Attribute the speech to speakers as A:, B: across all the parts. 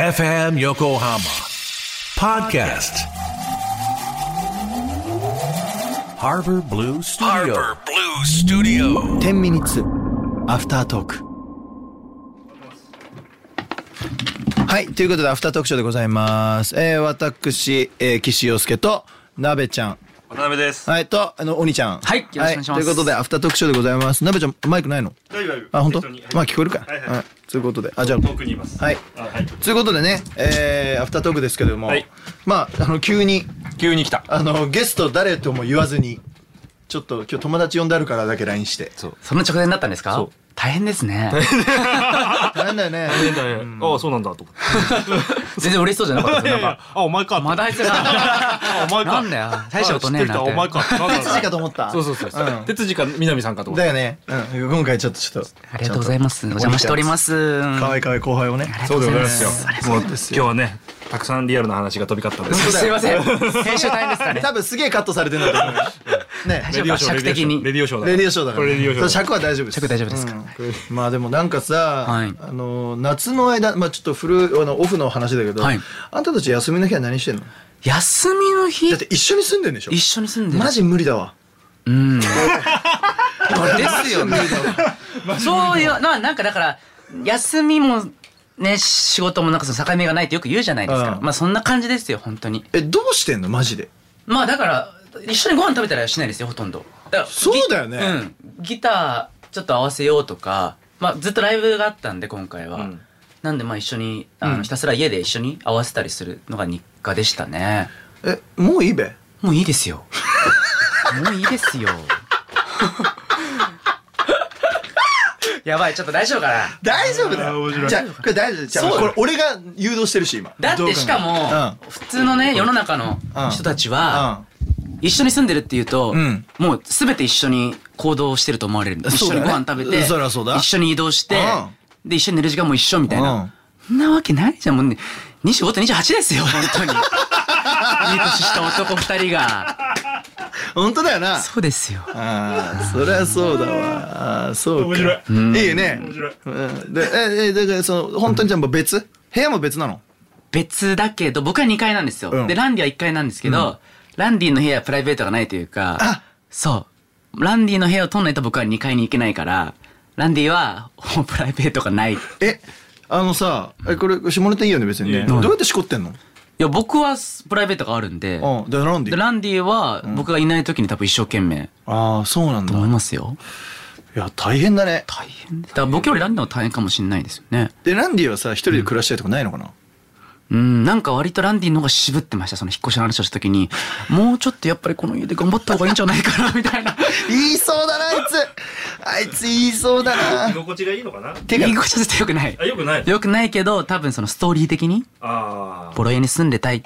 A: FM Yokohama Podcast Harbor Blue Studio
B: 10ミニッツアフタートークはいということでアフタートークショーでございますえー、私、えー、岸洋介と鍋ちゃん
C: 渡辺です。
B: はいとあの鬼ちゃん
D: はいよろしくお願いします
B: ということでアフタートークショーでございます鍋ちゃんマイクないの
C: 大丈夫
B: あ本当
C: 適当に
B: まあ聞こえるか
C: はいはい
B: うんということであじゃあ
C: 遠くにいます。
B: はい
C: あはい。
B: ということでねえー、アフタートークですけども、
C: はい
B: まああの急に
C: 急に来 た。
B: あのゲスト誰とも言わずにちょっと今日友達呼んであるからだけ LINE して
D: その直前だったんですか
C: う
D: 大変ですね。
B: 大変だよね
C: ああ、そうなんだと思っ
D: 全然嬉しそうじゃなかった
C: て。い
D: です
C: や
D: ないん
C: や
D: か。
C: あ、お前か。
D: ま だあいつが。
C: あ、お前か。
D: なんだよ大したことねえな
C: あ知ってる人はお前か。
B: 哲司かと思った
C: そうそうそう。哲司か南さんかと思っ
B: だ
C: た。
B: よね、うん、今回ちょっとちょっと
D: ありがとうござい ます。お邪魔しております。
B: 可愛い可愛い後輩をね
C: そうでございますよ
D: ありが。
C: もう今日はね、たくさんリアルな話が飛び交ったんです。
D: すいません。編集大変ですかね。
B: 多分すげえカットされてるんだと思う ね
D: 大
C: レ
D: 丈
C: ディオ
D: 夫
C: ショー
D: 尺的に。
C: レディオショーだ。
B: レディオショーだから、
C: これレディオショー
B: そう
C: だ
B: 尺は大丈夫です
D: 尺大丈夫ですか
B: うんまあでもなんかさ、
D: はい
B: あの夏の間まあちょっと古いあのオフの話だけど、
D: はい
B: あんたたち休みの日は何してんのだ
D: 休みの日
B: って一緒に住んでんでしょ
D: 一緒に住んでる
B: マジ無理だわ
D: うん。ですよね。そういう、ななんかだから、休みも、ね、仕事もなんかその境目がないってよく言うじゃないですか。
B: うん
D: まあそんな感じですよ、本当に。
B: えどうしてんのマジで
D: まあだから一緒にご飯食べたりはしないですよほとんどだから
B: そうだよね
D: ギうん、ギターちょっと合わせようとか、まあ、ずっとライブがあったんで今回は、
C: うん
D: なんでまあ一緒にあ
B: うん
D: のひたすら家で一緒に合わせたりするのが日課でしたね
B: えもういいべ
D: もういいですよもういいですよ やばいちょっと大丈夫かな
B: 大丈夫だよじゃあこれ大丈夫じゃあ
D: そう
B: これ俺が誘導してるし今
D: だっ
B: どう
D: て
B: 考え
D: しかも、普通のね世の中の人たちは、
B: うん
D: 一緒に住んでるっていうと、
B: うん
D: もう全て一緒に行動してると思われるんだ一
B: そうだ
D: 緒に
B: ね
D: ご飯食べて、
B: そりゃそうだ
D: 一緒に移動して、で一緒に寝る時間も一緒みたいな、そんなわけないじゃんもうね25と28ですよ本当に いい年した男2人が
B: 本当だよな
D: そうですよ
B: ああそりゃそうだわあーそうか
C: 面白い
B: いいよね
C: 面白い
B: うんでええだからその本当にじゃあもう別部屋も別なの
D: 別だけど僕は2階なんですよ、
B: うん
D: でランディは1階なんですけど、ランディの部屋はプライベートがないという
B: あ
D: かそうランディの部屋を取んないと僕は2階に行けないからランディはもうプライベートがない
B: えあのさえこれ下ネタいいよね別に
C: い
B: ね
C: い
B: どうやってしこってんの
D: いや僕はプライベートがあるんで、
B: うんでなんで
D: でランディは僕がいない時に多分一生懸命
B: ああそうなんだ
D: と思いますよ、
B: いや大変だね
D: 大変だから僕よりランディの方が大変かもしれないですよね
B: でランディはさ一人で暮らしたいとかないのかな
D: うんなんか割とランディの方が渋ってましたその引っ越しの話をした時にもうちょっとやっぱりこの家で頑張った方がいいんじゃないかなみたいな
B: 言いそうだなあいつあいつ言いそうだ
C: 居
B: な
C: 心地がいいのかな
B: て
D: 言い
B: か
D: 越しは絶対よくない
C: あ、よくない。
D: よくないけど多分そのストーリー的に
C: ああ。
D: ボロ家に住んでたいっ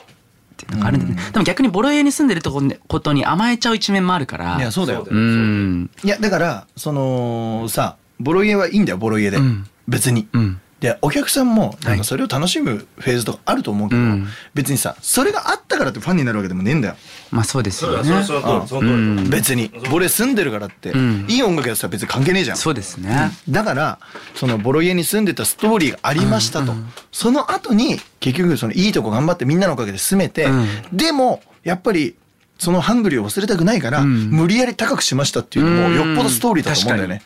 D: ていうのがあるんで、ねでも逆にボロ家に住んでるとこねことに甘えちゃう一面もあるから
B: いやそうだよ
C: そうだ
D: う
C: よ
D: ん
B: いやだからそのさボロ家はいいんだよボロ家で
D: うん
B: 別に
D: うん
B: でお客さんもなんか
D: はい
B: それを楽しむフェーズとかあると思うけど、
D: うん
B: 別にさそれがあったからってファンになるわけでもねえんだよ、
D: まあそうです
C: そうだ、
D: よね
C: そうそうそう。その通り
D: うん
B: 別にボレ住んでるからって、
D: うん
B: いい音楽やってたら別に関係ねえじゃん
D: そうですね、
B: だからそのボロ家に住んでたストーリーがありましたと、その後に結局そのいいとこ頑張ってみんなのおかげで住めて、
D: うん
B: でもやっぱりそのハングリーを忘れたくないから、
D: ん
B: 無理やり高くしましたっていうのもよっぽどストーリーだと思うんだよね。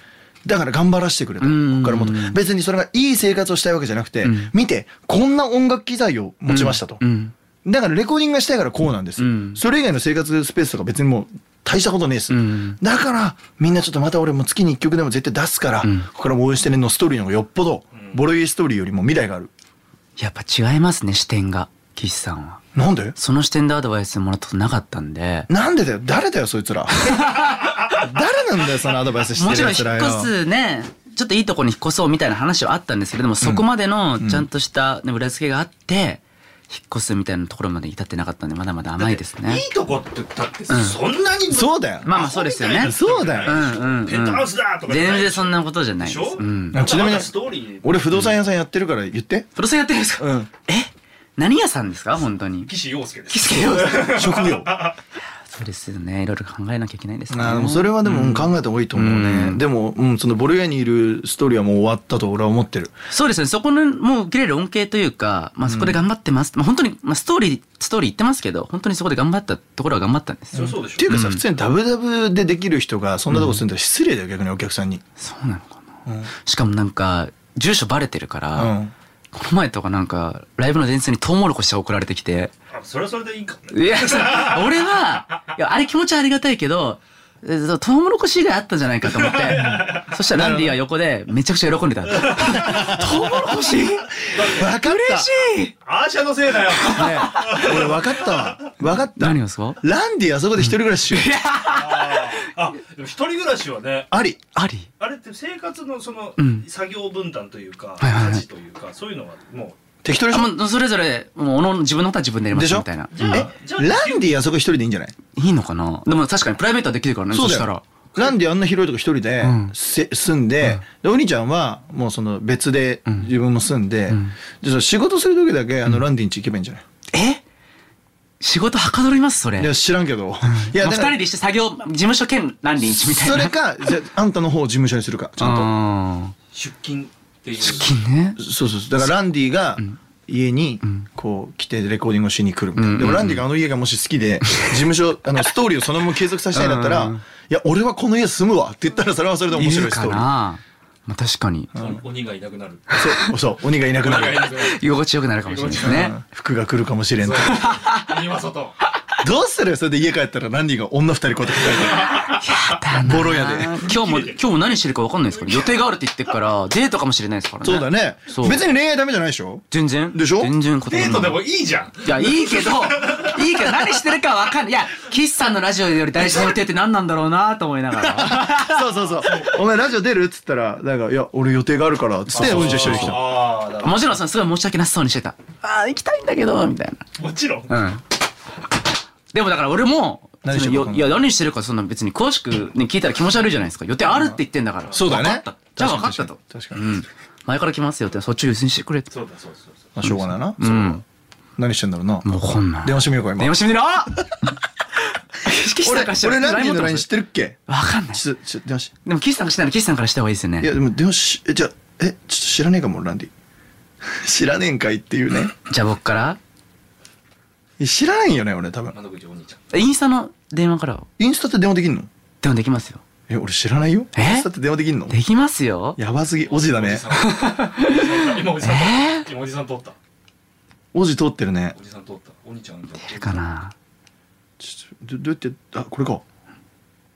B: だから頑張らせてくれと、
D: うん
B: ここからもっと別にそれがいい生活をしたいわけじゃなくて、
D: うん
B: 見てこんな音楽機材を持ちましたと、
D: うん
B: だからレコーディングがしたいからこうなんです、
D: うん
B: それ以外の生活スペースとか別にもう大したことねえです、
D: うん
B: だからみんなちょっとまた俺も月に1曲でも絶対出すから、
D: うん
B: ここからも応援してねのストーリーの方がよっぽど、ボロイエストーリーよりも未来がある
D: やっぱ違いますね視点が岸さんは
B: なんで
D: その視点でアドバイスもらったことなかったんで
B: なんでだよ誰だよそい つら誰なんだよそのアドバイスして
D: も
B: る
D: ちろ
B: や
D: ん引
B: つら
D: っ
B: よ
D: 越すねちょっといいとこに引っ越そうみたいな話はあったんですけれどもそこまでのちゃんとした、ね、裏付けがあって引っ越すみたいなところまで至ってなかったんでまだまだ甘いですね
C: いいとこって、だって、そんなに。
B: そうだよ、
D: まあまあそうですよね
B: そうだ
D: う
B: よ、
D: んうん、うん、
C: ペントハウスだとかじゃない
D: 全然そんなことじゃない
C: で
D: で
C: し
D: す
C: ょ
D: うん
B: あちなみに
C: まだストーリー。
B: 俺不動産屋さんやってるから言って、
D: プロセンやってるんですか、
B: うん
D: え何屋さんですか本当 に
C: 岸洋介です。
D: 岸家洋介
B: 職業
D: そうですよねいろいろ考えなきゃいけないですね
B: あーでもそれはでもうん考えた方がいいと思うね、でも、うん、そのボルゲにいるストーリーはもう終わったと俺は思ってる
D: そうですねそこのもう受けれる恩恵というか、まあ、そこで頑張ってます、まあ本当に、まあ、ストーリーストーリー言ってますけど本当にそこで頑張ったところは頑張ったんですよ、
C: そうで
B: っていうかさ、普通にダブダブでできる人がそんなとこ住んだら失礼だよ逆にお客さんに、
D: そうなのかな、しかもなんか住所バレてるから、
B: うん
D: この前とかなんかライブの前日にトウモロコシが送られてきて
C: それはそれでいいかもね
D: いやそう俺はいやあれ気持ちはありがたいけどえそうトウモロコシ以外あったんじゃないか と思ってそしたらランディが横でめちゃくちゃ喜んでたトウモロコシ嬉
B: 分かっ
D: しい
C: アーシャのせいだよ
B: た、ね、俺分かったわ分かった
D: 何がですか
B: ランディあそこで一人暮らししよう
C: あでも一人暮らしはね
B: あり
D: あり
C: あれって生活のその
D: うん
C: 作業分担というか
D: いはいはい
C: 家事というかそういうのはもう
B: 適当でし
D: あ
B: ょ
D: もうそれぞれもうおのおの自分のことは自分でやりま
B: でし
D: す
B: ょ
D: みたいな、
C: ゃあ
B: え
C: じゃあ
B: ランディあそこ一人でいいんじゃない
D: いいのかなでも確かにプライベートはできるからねそ
B: そうだ
D: したら
B: よランディあんな広いとこ一人で、
D: うん
B: せ住んで,、でお兄ちゃんはもうその別で自分も住んで、
D: ん
B: でその仕事する時だけあのランディん家行けばいいんじゃない、
D: え仕事はかどりますそれ
B: いや知らんけど、いや
D: まあ、
B: だ
D: 2
B: から
D: 人でして作業事務所兼何人一みたいな
B: それかじゃああんたの方を事務所にするかちゃんと
D: ん
C: 出勤っていう
D: と金ね
B: そうそうそうだからランディが家にこう来てレコーディングをしに来るみたいな、
D: うん
B: でもランディがあの家がもし好きで事務 所あのストーリーをそのまま継続させたいんだったら「
D: うん
B: いや俺はこの家住むわ」って言ったらそれはそれで面
D: い
B: 白
D: る
B: いス
D: か
B: トーリー
D: なまあ確かに
C: 鬼がいなくなる
B: そうそう鬼がいなくなる
D: 居心地よくなるかもしれないですね
B: 服が来るかもしれんと
C: 鬼は外
B: どうするそれで家帰ったらランディが女二人こうやって 抱えてるボロ屋で
D: あー今日も今日も何してるか分かんないですから予定があるって言ってっからデートかもしれないですからね
B: そうだね
D: そう
B: 別に恋愛ダメじゃないでしょ
D: 全然
B: でしょ
D: 全然断
C: デ
D: ら
C: ー
D: な
C: ト
D: い
C: でもいいじゃん
D: いや、いいけど、 いいけど、何してるかわかんない。いや、岸さんのラジオより大事な予定って何なんだろうなと思いながら。
B: そうそうそう お前ラジオ出るっつったらなんか「いや俺予定があるから」っつってうんち一緒に来た
C: ああだか
D: もちろんさ、すごい申し訳なさそうにしてた。ああ、行きたいんだけど、みたい
C: らもちろん
D: な。うん。でもだから俺も、
B: 何
D: そ
B: し
D: の
B: てる
D: よ
B: か
D: いや、何してるか、そんな別に詳しく、ね、聞いたら気持ち悪いじゃないですか。予定あるって言ってんだから。
B: そうだね
D: 分かった。じゃあ分かったと。
B: 確かに確かに
D: うん。前から来ますよって、そっち優先してくれって。
C: そうだそうそうそう
B: まあしょうがないな
D: うん。
B: 何してんだろうな
D: もうこんない。
B: 電話してみようか今
D: 電話してみろ岸さんからした
B: 俺
D: ら
B: 俺ランディの LINE 知ってるっけ
D: わかんない。
B: ちょちょ電話し
D: でも岸さんがしてたら岸さんからした方がいいですよね。
B: いやでも電話しえじゃあえちょっと知らねえかもランディ 知らねえんかいっていう ね
D: じゃあ僕から
B: え知らないんよね俺多分
C: 窓口お兄ちゃん
D: インスタの電話から
B: インスタって電話できんの
D: でもできますよ
B: え俺知らないよ
D: え
B: インスタって電話できんの
D: できますよ
B: やばすぎおじだね
C: 今おじさん通った今おじさん通った
B: おじ通ってるね
C: おじさん通ったお兄ちゃん通った
D: かな
B: ちょちょどどうやってあこれか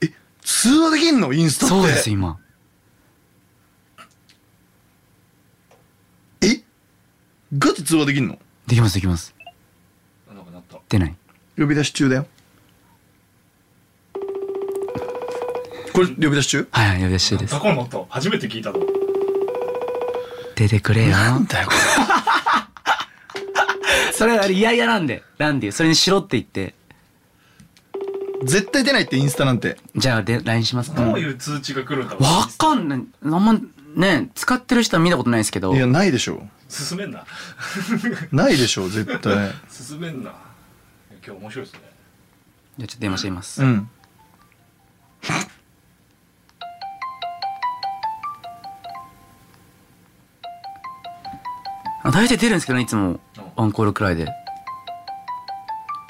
B: え通話できんのインスタって
D: そうですよ今
B: えガチ通話できんの
D: できますできます
C: なんかなった
D: 出ない
B: 呼び出し中だよこれ呼び出し中
D: はいはい呼び出してです
C: 雑魚の音初めて聞いたの
D: 出てくれよ
B: なんだよこれ
D: それは嫌々なんでなんでそれにしろって言って
B: 絶対出ないってインスタなんて
D: じゃあで LINE しますか
C: どう
D: わ
C: いう通知が来るんだろ
D: かんないあんまね使ってる人は見たことないですけど
B: いやないでしょ
C: 進めんな
B: ないでしょ絶 対
C: 進めんな今日面白いですね
D: じゃあちょっと電話してみます、
B: うん
D: あ大体出るんですけどねいつも
C: う
D: アンコールくらいで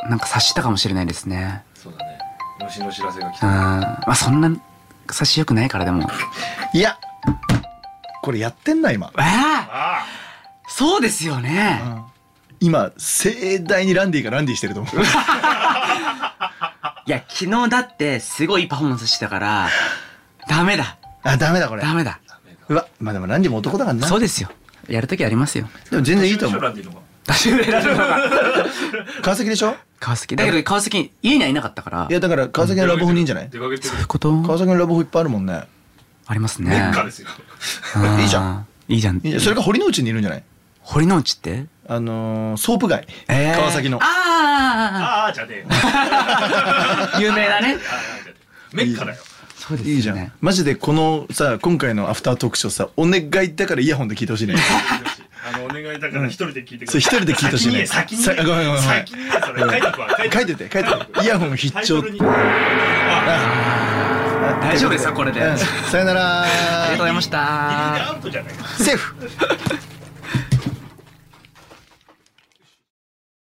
D: なんか察したかもしれないですね
C: そうだね虫の知らせが来
D: うん
C: た
D: まあそんな察しよくないからでも
B: いやこれやってんな今、
D: えー、
C: あ
D: そうですよね、
B: 今盛大にランディがランディしてると思う
D: いや昨日だってすごいいいパフォーマンスしてたからダメだ
B: あダメだこれ
D: ダメだ
B: うわまあでもランディも男だからな
D: そうですよやるときありますよ
B: でも全
C: あ
B: 然いいと思う
C: ランディの方が
B: 川崎でしょ
D: 川崎だけど川崎家にはいなかったから
B: いやだから川崎のラブホにいいんじゃない
C: 出かけてる
D: そういうこと
B: 川崎のラブホいっぱいあるもんね
D: あります
C: メ
D: ね
C: ッ カですよ
D: うん
B: いいじゃん
D: いいじゃん
B: いやそれか堀之内にいるんじゃない
D: 堀之内って、
B: あのーソープ街、
D: えー
B: 川崎の
D: あ
C: ああじゃねえよ
D: あ有名だ
C: あ
D: ね
C: ーじゃねえメッカだよ
D: そうですよね
B: いいじゃんマジでこのさ今回のアフタートークショーさお願いだからイヤホンで聞いてほしいね
C: ああの、お願いだから一人で聞いてくだ
B: そ
C: さ
B: れ
C: い。
B: 一人で聞いてほしいね。
C: 先にね、
B: さ
C: 先にね。
B: ごめんごめんごめん
C: 先。にね、それ。書いとくわ。
B: 書い
C: と
B: てて、書いてて。イヤホン必
C: くタイ
B: 聴っ
C: トル
B: て。
C: に。あ、
D: 大丈夫ですかこれで。
B: う
D: あ
B: ん
D: りがと
B: さよなら。
D: うございまし
C: ギリギリ
D: た
C: ア。ウトじゃない
B: セーフ。